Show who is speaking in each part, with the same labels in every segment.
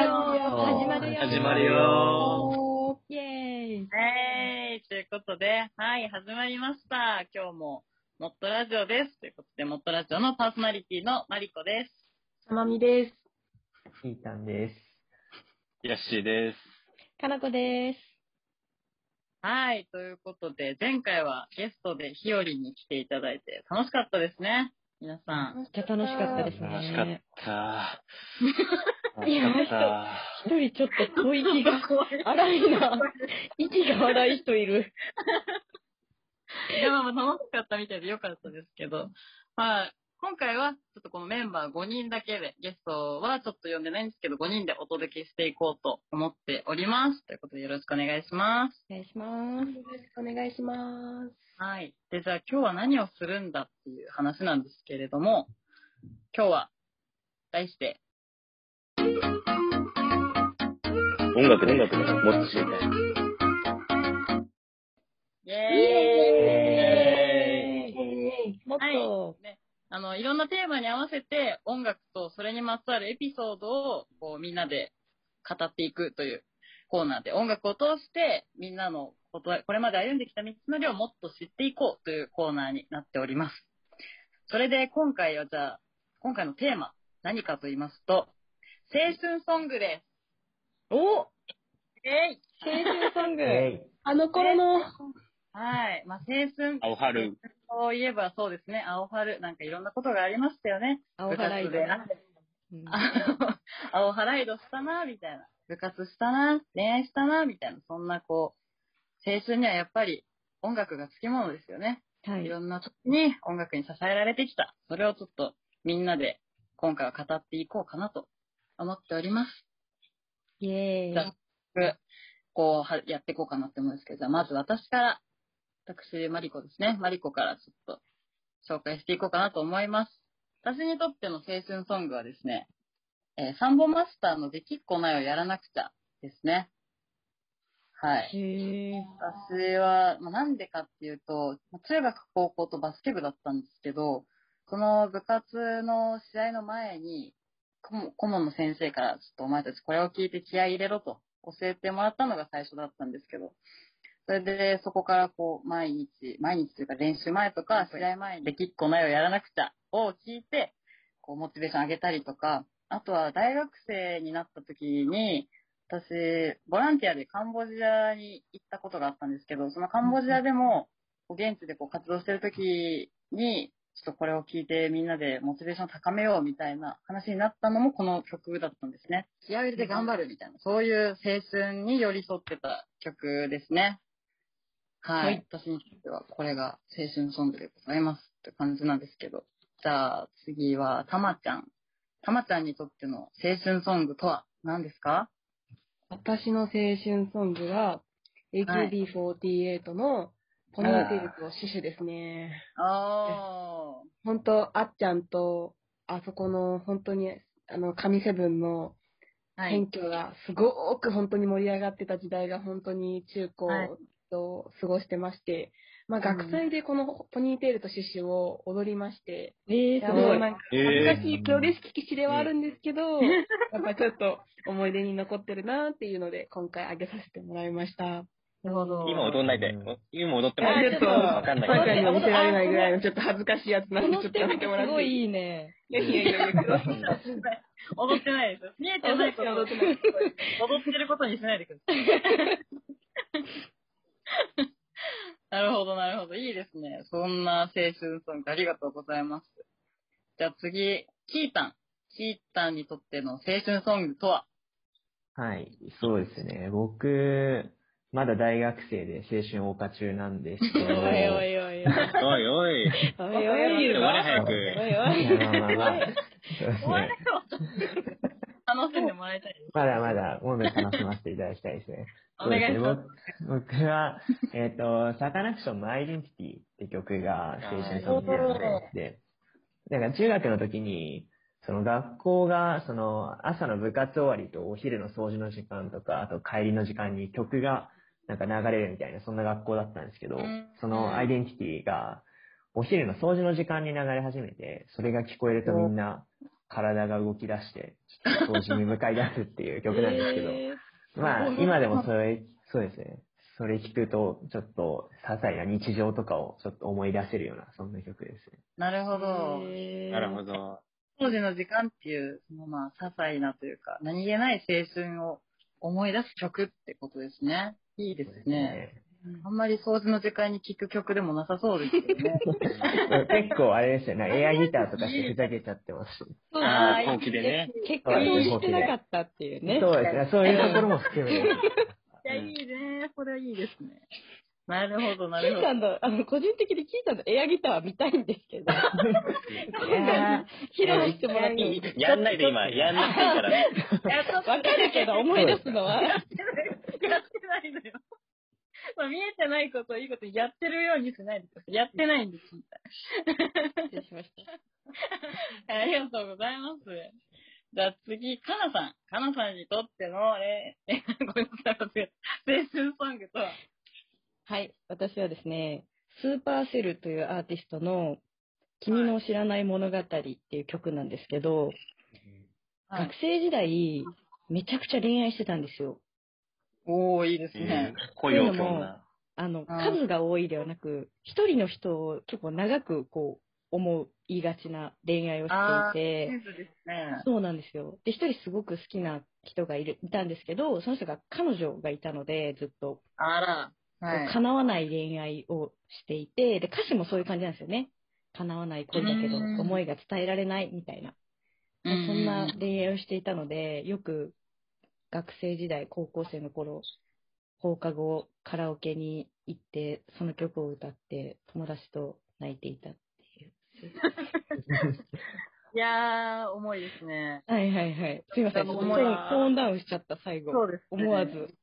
Speaker 1: 始まるよ
Speaker 2: 始まるよ
Speaker 1: おーイェーイ
Speaker 3: えー、ということで、はい、始まりました。今日も、もっとラジオです。ということで、もっとラジオのパーソナリティのマリコです。
Speaker 4: たまみです。
Speaker 2: ひーたんです。
Speaker 5: ヤッシーです。
Speaker 1: かなこです。
Speaker 3: はい、ということで、前回はゲストでひよりに来ていただいて、楽しかったですね。皆さん。
Speaker 1: じゃ楽しかったです
Speaker 5: 楽しかっ
Speaker 1: ね。
Speaker 5: た。
Speaker 1: いや
Speaker 5: 楽しか
Speaker 1: 一人ちょっと吐息が荒いな。 息が荒い人いる。
Speaker 3: いや、まあまあ楽しかったみたいでよかったですけど、まあ、今回はちょっとこのメンバー5人だけで、ゲストはちょっと呼んでないんですけど、5人でお届けしていこうと思っております。ということでよろしくお願いします。
Speaker 1: お願いします。
Speaker 4: お願いします。
Speaker 3: はい。で、じゃあ今日は何をするんだっていう話なんですけれども、今日は、題して、
Speaker 5: った。音楽で音楽でもっと知りたい。
Speaker 3: イエーイ
Speaker 1: イもっと、
Speaker 3: あの、いろんなテーマに合わせて音楽とそれにまつわるエピソードをこうみんなで語っていくというコーナーで音楽を通してみんなのことこれまで歩んできた道のりをもっと知っていこうというコーナーになっております。それで今回はじゃあ、今回のテーマ何かと言いますと、青春ソングで
Speaker 1: お青
Speaker 3: す。えい
Speaker 1: 春ソング
Speaker 2: え
Speaker 4: あの頃の、
Speaker 3: はい。まあ、青春
Speaker 5: 青春。
Speaker 3: といえばそうですね、青春、なんかいろんなことがありましたよね。
Speaker 1: 青払い
Speaker 3: 部活で
Speaker 1: だ
Speaker 3: あ
Speaker 1: な。うん
Speaker 3: あの、青ハライドしたな、みたいな。部活したな、恋愛したな、みたいな。そんなこう、青春にはやっぱり音楽がつきものですよね。
Speaker 1: はいい。
Speaker 3: ろんな時に音楽に支えられてきた。それをちょっとみんなで今回は語っていこうかなと思っております。
Speaker 1: イェーイ。
Speaker 3: じゃあこうは、やっていこうかなって思うんですけど、じゃあまず私から、私、マリコですね。マリコからちょっと紹介していこうかなと思います。私にとっての青春ソングはですね、えーサンボマスターのできっこないをやらなくちゃですね。はい。
Speaker 1: へー
Speaker 3: 私は、まあ、なんでかっていうと、まあ中学、高校とバスケ部だったんですけど、その部活の試合の前に、顧問顧問の先生から、ちょっとお前たちこれを聞いて気合い入れろと教えてもらったのが最初だったんですけど、それでそこからこう、毎日、毎日というか練習前とか、試合前にできっこないをやらなくちゃを聞いて、こう、モチベーション上げたりとか、あとは大学生になった時に、私、ボランティアでカンボジアに行ったことがあったんですけど、そのカンボジアでも、こう現地でこう活動してる時に、ちょっとこれを聞いてみんなでモチベーションを高めようみたいな話になったのもこの曲だったんですね。気合を入れて頑張るみたいな、そういう青春に寄り添ってた曲ですね。はい。
Speaker 1: はい
Speaker 3: 私にとってはこれが青春ソングでございますって感じなんですけど。じゃあ次はたまちゃん。たまちゃんにとっての青春ソングとは何ですか
Speaker 4: 私の青春ソングは、AKB48 のポニーテールとシュシュですね。
Speaker 3: あ
Speaker 4: ほんと、あっちゃんと、あそこの、本当に、あの、神セブンの
Speaker 3: あ。は
Speaker 4: 選
Speaker 3: い。
Speaker 4: 挙がすごく本当に盛り上がってた時代が本当に中高
Speaker 3: はい
Speaker 4: と過ごしてまして、まあ学祭でこのポニーテールとシュシュを踊りまして、
Speaker 1: えー、す
Speaker 4: や
Speaker 1: ご
Speaker 4: もう
Speaker 1: い。
Speaker 4: なんか
Speaker 5: え
Speaker 4: 恥ず
Speaker 5: ー
Speaker 4: かしいプロレス聞きではあるんですけど、やっぱちょっと思い出に残ってるなっていうので、今回あげさせてもらいました。
Speaker 1: なるほど
Speaker 5: 今踊んないで。ん今踊っても
Speaker 4: あ
Speaker 5: ら
Speaker 4: ち
Speaker 5: え
Speaker 4: ょっ
Speaker 5: る
Speaker 4: と、
Speaker 5: わかんない
Speaker 4: 今回
Speaker 5: け
Speaker 4: に
Speaker 5: ど
Speaker 4: は見せられないぐらいのちょっと恥ずかしいやつな
Speaker 1: こ
Speaker 4: んで、
Speaker 1: の
Speaker 4: ちょっ
Speaker 1: テ
Speaker 4: とや
Speaker 1: ーマ
Speaker 4: めてもら
Speaker 1: す
Speaker 4: っ
Speaker 1: ご
Speaker 4: て
Speaker 1: い
Speaker 4: いい
Speaker 1: いいね。
Speaker 4: いやいやいやいや
Speaker 5: うん
Speaker 3: 踊ってないですよ。見えてないこと、踊ってることにしないでください。なるほど、なるほど。いいですね。そんな青春ソングありがとうございます。じゃあ次、キータン。キータンにとっての青春ソングとは
Speaker 2: はい、そうですね。僕、まだ大学生で青春謳歌中なんですけど。
Speaker 1: おいおいおいおい。
Speaker 5: おいおい。
Speaker 1: おいおい。
Speaker 5: 終わ
Speaker 2: お
Speaker 5: れ早く。
Speaker 1: いおい。
Speaker 2: ま あまあまあそうです
Speaker 3: 終わ
Speaker 2: ね
Speaker 3: れよ。楽しんでもらいたいです。
Speaker 2: まだまだ音楽楽しませていただきたいですね。
Speaker 3: お願いします。
Speaker 2: そうですね僕僕は、 えっ、と、サカナクションのアイデンティティって曲が青春ソングになってて、なんか中学の時に、その学校が、その朝の部活終わりとお昼の掃除の時間とか、あと帰りの時間に曲がなんか流れるみたいな、そんな学校だったんですけど
Speaker 3: うん、
Speaker 2: そのアイデンティティが、お昼の掃除の時間に流れ始めて、それが聞こえるとみんな、体が動き出して、ちょっと同時に向かい出すっていう曲なんですけ ど、
Speaker 4: え
Speaker 2: まあ、今でもそれ、そうですね。それ聞くと、ちょっと、些細な日常とかをちょっと思い出せるような、そんな曲ですね。
Speaker 3: なるほ
Speaker 4: ー
Speaker 3: ど。
Speaker 4: えー
Speaker 5: なるほど。
Speaker 3: 当時の時間っていう、そのまあ、些細なというか、何気ない青春を思い出す曲ってことですね。いいですね。あんまり掃除の時間に聴く曲でもなさそうですけどね。
Speaker 2: 結構あれですよね。エアギターとかしてふざけちゃってます。
Speaker 1: そう
Speaker 5: ああ、
Speaker 1: だ
Speaker 5: 本気でね。
Speaker 1: 結果そうしてなかったっていうね。
Speaker 2: そうですね。そういうところも含めて。
Speaker 3: いや、いいね。これはいいですね。なるほど、な
Speaker 1: キ
Speaker 3: るほ
Speaker 1: ーさんの、あの、個人的にキーさんのエアギターは見たいんですけど、披露してもらっていい
Speaker 5: やんないで今、やんないから。
Speaker 3: ど。いや、ちょ
Speaker 1: わかるけど思い出すのは、
Speaker 3: やってないのよ。 まあ、見えてないことをいいことやってるようにしないでください。やってないんです。
Speaker 1: 失礼しました。
Speaker 3: ありがとうございます。じゃあ次、かなさん。かなさんにとっての、え、え ごめんなさい、忘れた青春ソングとは。
Speaker 1: はい、私はですね、スーパーセルというアーティストの、君の知らない物語っていう曲なんですけど、学生時代、めちゃくちゃ恋愛してたんですよ。
Speaker 3: おー、いいです
Speaker 5: うん
Speaker 3: ね。
Speaker 5: 恋をそんな。
Speaker 1: あの、
Speaker 3: あー
Speaker 1: 数が多いではなく、一人の人を結構長くこう、思いがちな恋愛をしていて
Speaker 3: セ、ンスですね。
Speaker 1: そうなんですよ。で、一人すごく好きな人がいるいたんですけど、その人が彼女がいたので、ずっと、
Speaker 3: あら。はい。
Speaker 1: 叶わない恋愛をしていて、で、歌詞もそういう感じなんですよね。叶わない恋だけど、
Speaker 3: うん
Speaker 1: 思いが伝えられないみたいな。
Speaker 3: う
Speaker 1: そ
Speaker 3: ん
Speaker 1: んな恋愛をしていたので、よく学生時代、高校生の頃、放課後、カラオケに行って、その曲を歌って、友達と泣いていたっていう。
Speaker 3: いやー、重いですね。
Speaker 1: はいはいはい。すいません。ちょっとトーン
Speaker 3: 重いな
Speaker 1: トーンダウンしちゃった、最後。
Speaker 3: うです、
Speaker 1: 思わず。。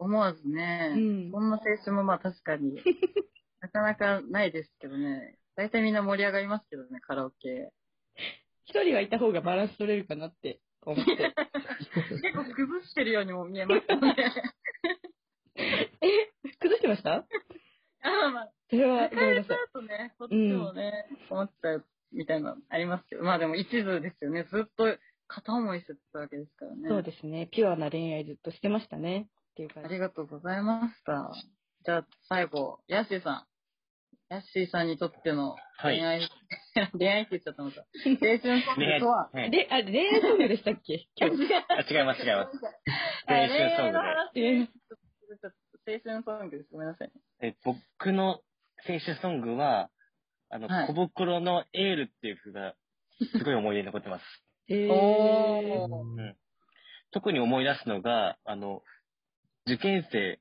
Speaker 3: 思わず
Speaker 1: う
Speaker 3: ね。
Speaker 1: ん。
Speaker 3: そんな青春もまあ確か に、なかなかないですけどね。大体みんな盛り上がりますけどね、カラオケ。
Speaker 1: 一人はいた方がバランス取れるかなって 思って。
Speaker 3: 結構崩してるようにも見えますけどね。
Speaker 1: 崩してました
Speaker 3: あまあまあ、
Speaker 1: それ
Speaker 3: 聞
Speaker 1: はご
Speaker 3: か
Speaker 1: め
Speaker 3: れ
Speaker 1: んな
Speaker 3: ちゃ
Speaker 1: さい。
Speaker 3: うとね、こっちもね、思っちゃうみたいなのありますけど、まあでも一途ですよね。ずっと片思いしてたわけですからね。
Speaker 1: そうですね。ピュアな恋愛ずっとしてましたね。っていう感
Speaker 3: あ
Speaker 1: じ。
Speaker 3: りがとうございました。じゃあ最後、ヤッシーさん。ヤッシーさんにとっての恋愛、 恋愛って言っちゃったの か。青春ソングとは、
Speaker 5: はい
Speaker 1: で、あ、恋愛ソングでしたっけ今日。
Speaker 5: あ違います、違います。
Speaker 3: あ
Speaker 5: 青春
Speaker 3: 恋愛の
Speaker 5: ソングで。
Speaker 3: 話
Speaker 1: えー
Speaker 3: 青春ソングです。ごめんなさい。
Speaker 5: え僕の青春ソングは、あの、
Speaker 3: はい
Speaker 5: 小袋のエールっていう曲が、すごい思い出に残ってます。
Speaker 1: えー
Speaker 3: おー。
Speaker 5: 特に思い出すのが、あの、受験生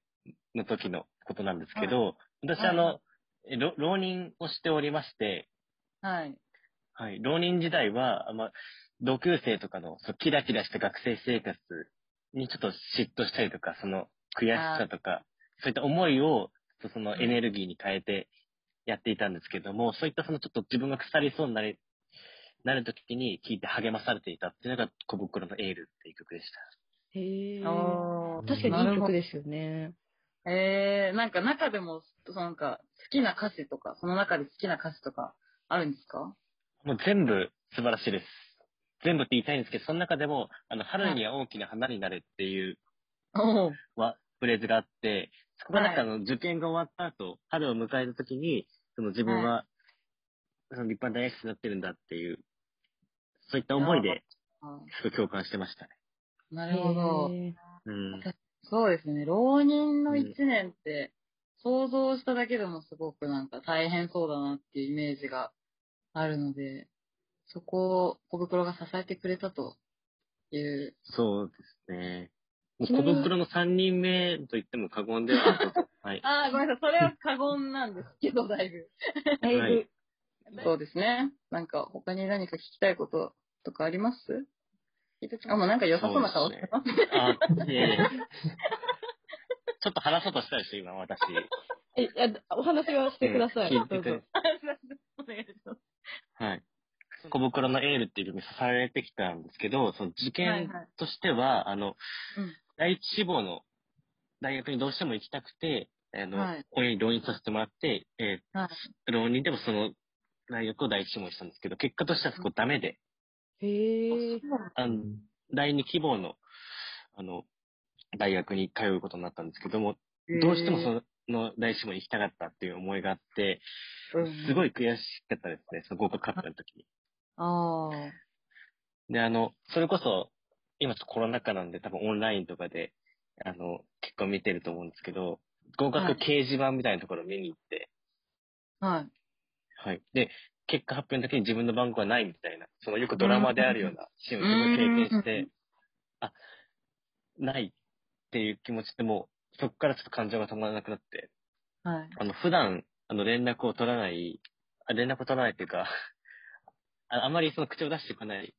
Speaker 5: の時のことなんですけど、私、
Speaker 3: は
Speaker 5: あの、えろ浪人をしておりまして、
Speaker 3: はい。
Speaker 5: はい、浪人時代は、あまあ、同級生とかのそうキラキラした学生生活にちょっと嫉妬したりとか、その悔しさとか、そういった思いを、ちょっとそのエネルギーに変えてやっていたんですけども、そういったそのちょっと自分が腐りそうになり、なる時に聞いて励まされていたっていうのが小袋のエールっていう曲でした。
Speaker 1: へー
Speaker 3: おー
Speaker 1: 確かにいい曲
Speaker 3: なる
Speaker 1: ですよね。
Speaker 3: ほどえー、なんか中でも、そのなんか、好きな歌詞とか、その中で好きな歌詞とか、あるんですか
Speaker 5: もう全部素晴らしいです。全部って言いたいんですけど、その中でも、あの、春には大きな花になれっていう
Speaker 3: おー。
Speaker 5: は、フレーズがあって、そこがなんかあ
Speaker 3: はい
Speaker 5: の、受験が終わった後、春を迎えた時に、その自分は、その立派な大学生になってるんだっていう、そういった思いで、
Speaker 3: あ
Speaker 5: すごい共感してましたね。
Speaker 3: ーなるほど。
Speaker 1: へー
Speaker 5: うん。
Speaker 3: そうですね。浪人の一年って、想像しただけでもすごくなんか大変そうだなっていうイメージがあるので、そこを小袋が支えてくれたという。
Speaker 5: そうですね。も
Speaker 1: ちな
Speaker 5: う
Speaker 1: みに
Speaker 5: 小袋の3人目と言っても過言ではない。 はい。
Speaker 3: ああ、ごめんなさい。それは過言なんですけど、だいぶ。
Speaker 1: だいぶ、
Speaker 5: はい
Speaker 3: そうですね。なんか、他に何か聞きたいこととかありますあ、もうなんか良さそうな顔してます。
Speaker 5: あ、いえいえ。ちょっと話そうとしたでしょ、今、私。
Speaker 1: えあお話はしてください。
Speaker 5: うん聞
Speaker 1: ど
Speaker 5: いて
Speaker 1: う
Speaker 5: くれ
Speaker 1: ぞ。
Speaker 3: お願いし ます。
Speaker 5: はい。小袋のエールっていう曲に支えられてきたんですけど、その受
Speaker 3: はい
Speaker 5: 験
Speaker 3: はい
Speaker 5: としては、あの、
Speaker 3: うん
Speaker 5: 第一志望の大学にどうしても行きたくて、あの、
Speaker 3: はい
Speaker 5: 親に浪人させてもらって、えー
Speaker 3: はい
Speaker 5: 浪人でもその大学を第一志望にしたんですけど、結果としてはそこダメで、
Speaker 4: へえ。
Speaker 5: あの、第二希望の、あの、大学に通うことになったんですけども、どうしてもその第一志望に行きたかったっていう思いがあって、すごい悔しかったですね、その合格カップの時に。
Speaker 3: ああ。
Speaker 5: で、あの、それこそ、今ちょっとコロナ禍なんで多分オンラインとかで、あの、結構見てると思うんですけど、合格掲示板みたいなところを見に行って、
Speaker 3: はい。
Speaker 5: はい。で、結果発表の時に自分の番号はないみたいな、そのよくドラマであるようなシーンを自分経験して、あ、ないっていう気持ちでもう、そこからちょっと感情が止まらなくなって、
Speaker 3: はい。
Speaker 5: あの、普段、あの、連絡を取らない、あ連絡を取らないっていうか、ああまりその口を出してこない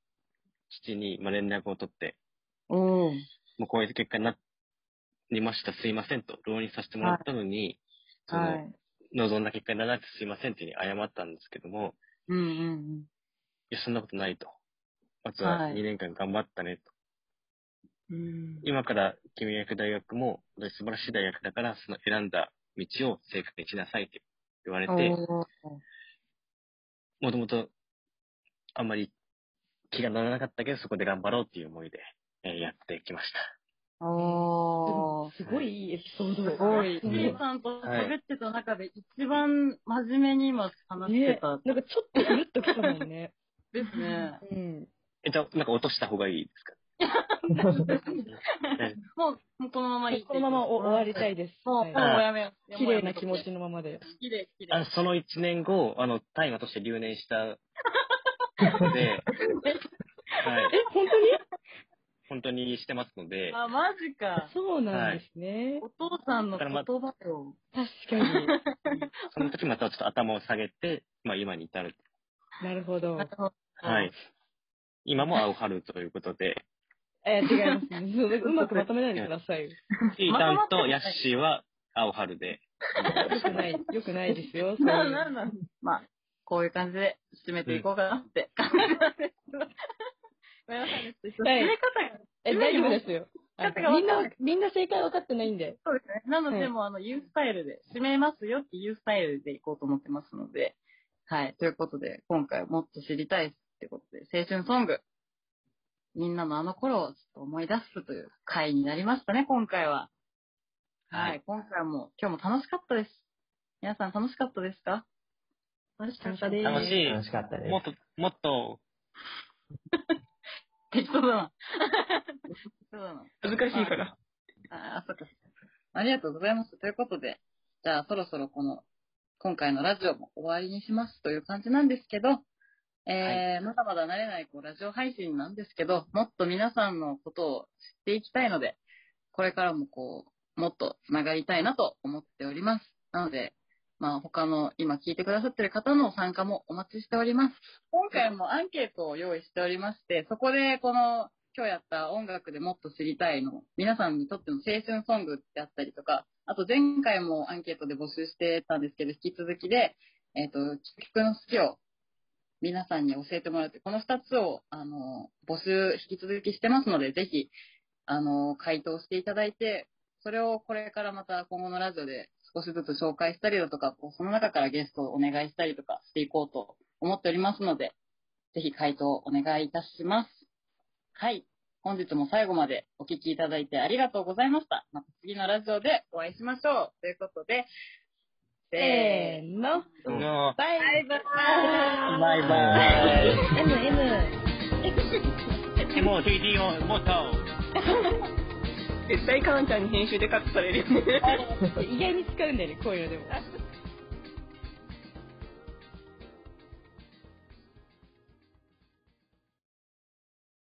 Speaker 5: 父に、まあ、連絡を取って、
Speaker 3: おー。
Speaker 5: もうこういう結果になりました、すいませんと、浪人させてもらったのに、その、
Speaker 3: はい。
Speaker 5: 望んだ結果にならなくてすいませんっていうふうに謝ったんですけども、
Speaker 3: うんうん
Speaker 5: いや、そんなことないと。あと
Speaker 3: は
Speaker 5: はい2年間頑張ったねと。
Speaker 4: うん。
Speaker 5: 今から君が行く大学も、素晴らしい大学だから、その選んだ道を正確にしなさいって言われ
Speaker 3: うん。
Speaker 5: て、
Speaker 3: おー
Speaker 5: もともと、あんまり気が乗らなかったけど、そこで頑張ろうっていう思いで、えーやってきました。
Speaker 3: おー。
Speaker 1: すごいいいエピソード。
Speaker 3: すごい。
Speaker 5: うん
Speaker 3: ゆうさんと喋ってた中で一番真面目に今話して
Speaker 1: ね、
Speaker 3: た
Speaker 1: なんかちょっとうるっときたもんね。
Speaker 3: です ね。
Speaker 1: うん。
Speaker 5: えっと、なんか落とした方がいいですか
Speaker 3: もう、もうこのままいい。
Speaker 1: このままお終わりた
Speaker 3: い。
Speaker 1: いです。
Speaker 3: もう、
Speaker 1: はい
Speaker 3: もうやめよう。
Speaker 1: 綺麗な気持ち
Speaker 3: 好
Speaker 1: のままで。
Speaker 3: きで、好きで。
Speaker 5: あのその1年後、あの、大麻として留年したの で、はい、
Speaker 1: え、本当に
Speaker 5: 本当にしてますので、
Speaker 3: あ、マジか。
Speaker 1: そうなんですね。
Speaker 3: お父さんの言葉よ。
Speaker 1: 確かに。
Speaker 5: その時またはちょっと頭を下げて、まあ今に至る。
Speaker 1: なるほど
Speaker 3: な。るほど
Speaker 5: はい。今も青春ということ で、
Speaker 1: え、違いますね。そううまくまとめないでくださいよ。
Speaker 5: ちーたんとヤッシーは青春で。
Speaker 1: よくない、よくないで すよ。そういう
Speaker 3: なんなんなんまあ、こういう感じで締めていこうかなって感じなんですけど。ごめんなさいね。ちょっと締め方が、
Speaker 1: え、大丈夫ですよ。あ
Speaker 3: だから
Speaker 1: のみんな、みんな正解分かってないんで。
Speaker 3: そうですね。なの
Speaker 1: は
Speaker 3: で、
Speaker 1: い
Speaker 3: もうあの、言うスタイルで、締めますよっていうスタイルでいこうと思ってますので。はい。ということで、今回もっと知りたいってことで、青春ソング。みんなのあの頃をちょっと思い出すという回になりましたね、今回は。はい。
Speaker 5: はい
Speaker 3: 今回も、今日も楽しかったです。皆さん楽しかったですか楽しかったです。
Speaker 5: 楽し
Speaker 2: 楽し
Speaker 5: い。
Speaker 2: かったです
Speaker 5: もっ。と、もっと、
Speaker 3: 適当だな。適当だな。
Speaker 5: 難しい
Speaker 3: から。ああ、そっか。ありがとうございます。ということで、じゃあそろそろこの、今回のラジオも終わりにしますという感じなんですけど、えーまだまだ慣れないこうラジオ配信なんですけど、もっと皆さんのことを知っていきたいので、これからもこう、もっとつながりたいなと思っております。なので、まあ他の今聞いてくださってる方の参加もお待ちしております。今回もアンケートを用意しておりまして、そこでこの今日やった音楽でもっと知りたいの、皆さんにとっての青春ソングであったりとか、あと前回もアンケートで募集してたんですけど、引き続きで、えっ、と、曲の好きを皆さんに教えてもらうという、この2つを、あの、募集引き続きしてますので、ぜひ、あの、回答していただいて、それをこれからまた今後のラジオで少しずつ紹介したりだとか、こうその中からゲストをお願いしたりとかしていこうと思っておりますので、ぜひ回答お願いいたします。はい。本日も最後までお聞きいただいてありがとうございました。また次のラジオでお会いしましょう。ということで、
Speaker 1: せ
Speaker 3: せ
Speaker 1: ーの。
Speaker 5: の
Speaker 1: バイ
Speaker 3: ーの。バイバイ。
Speaker 5: バイバイ。
Speaker 1: M、M。
Speaker 5: もう CD をもっと。
Speaker 4: 絶対カナちゃんに編集でカットされるよね。
Speaker 1: 意外に使うんだよね、こういうのでも。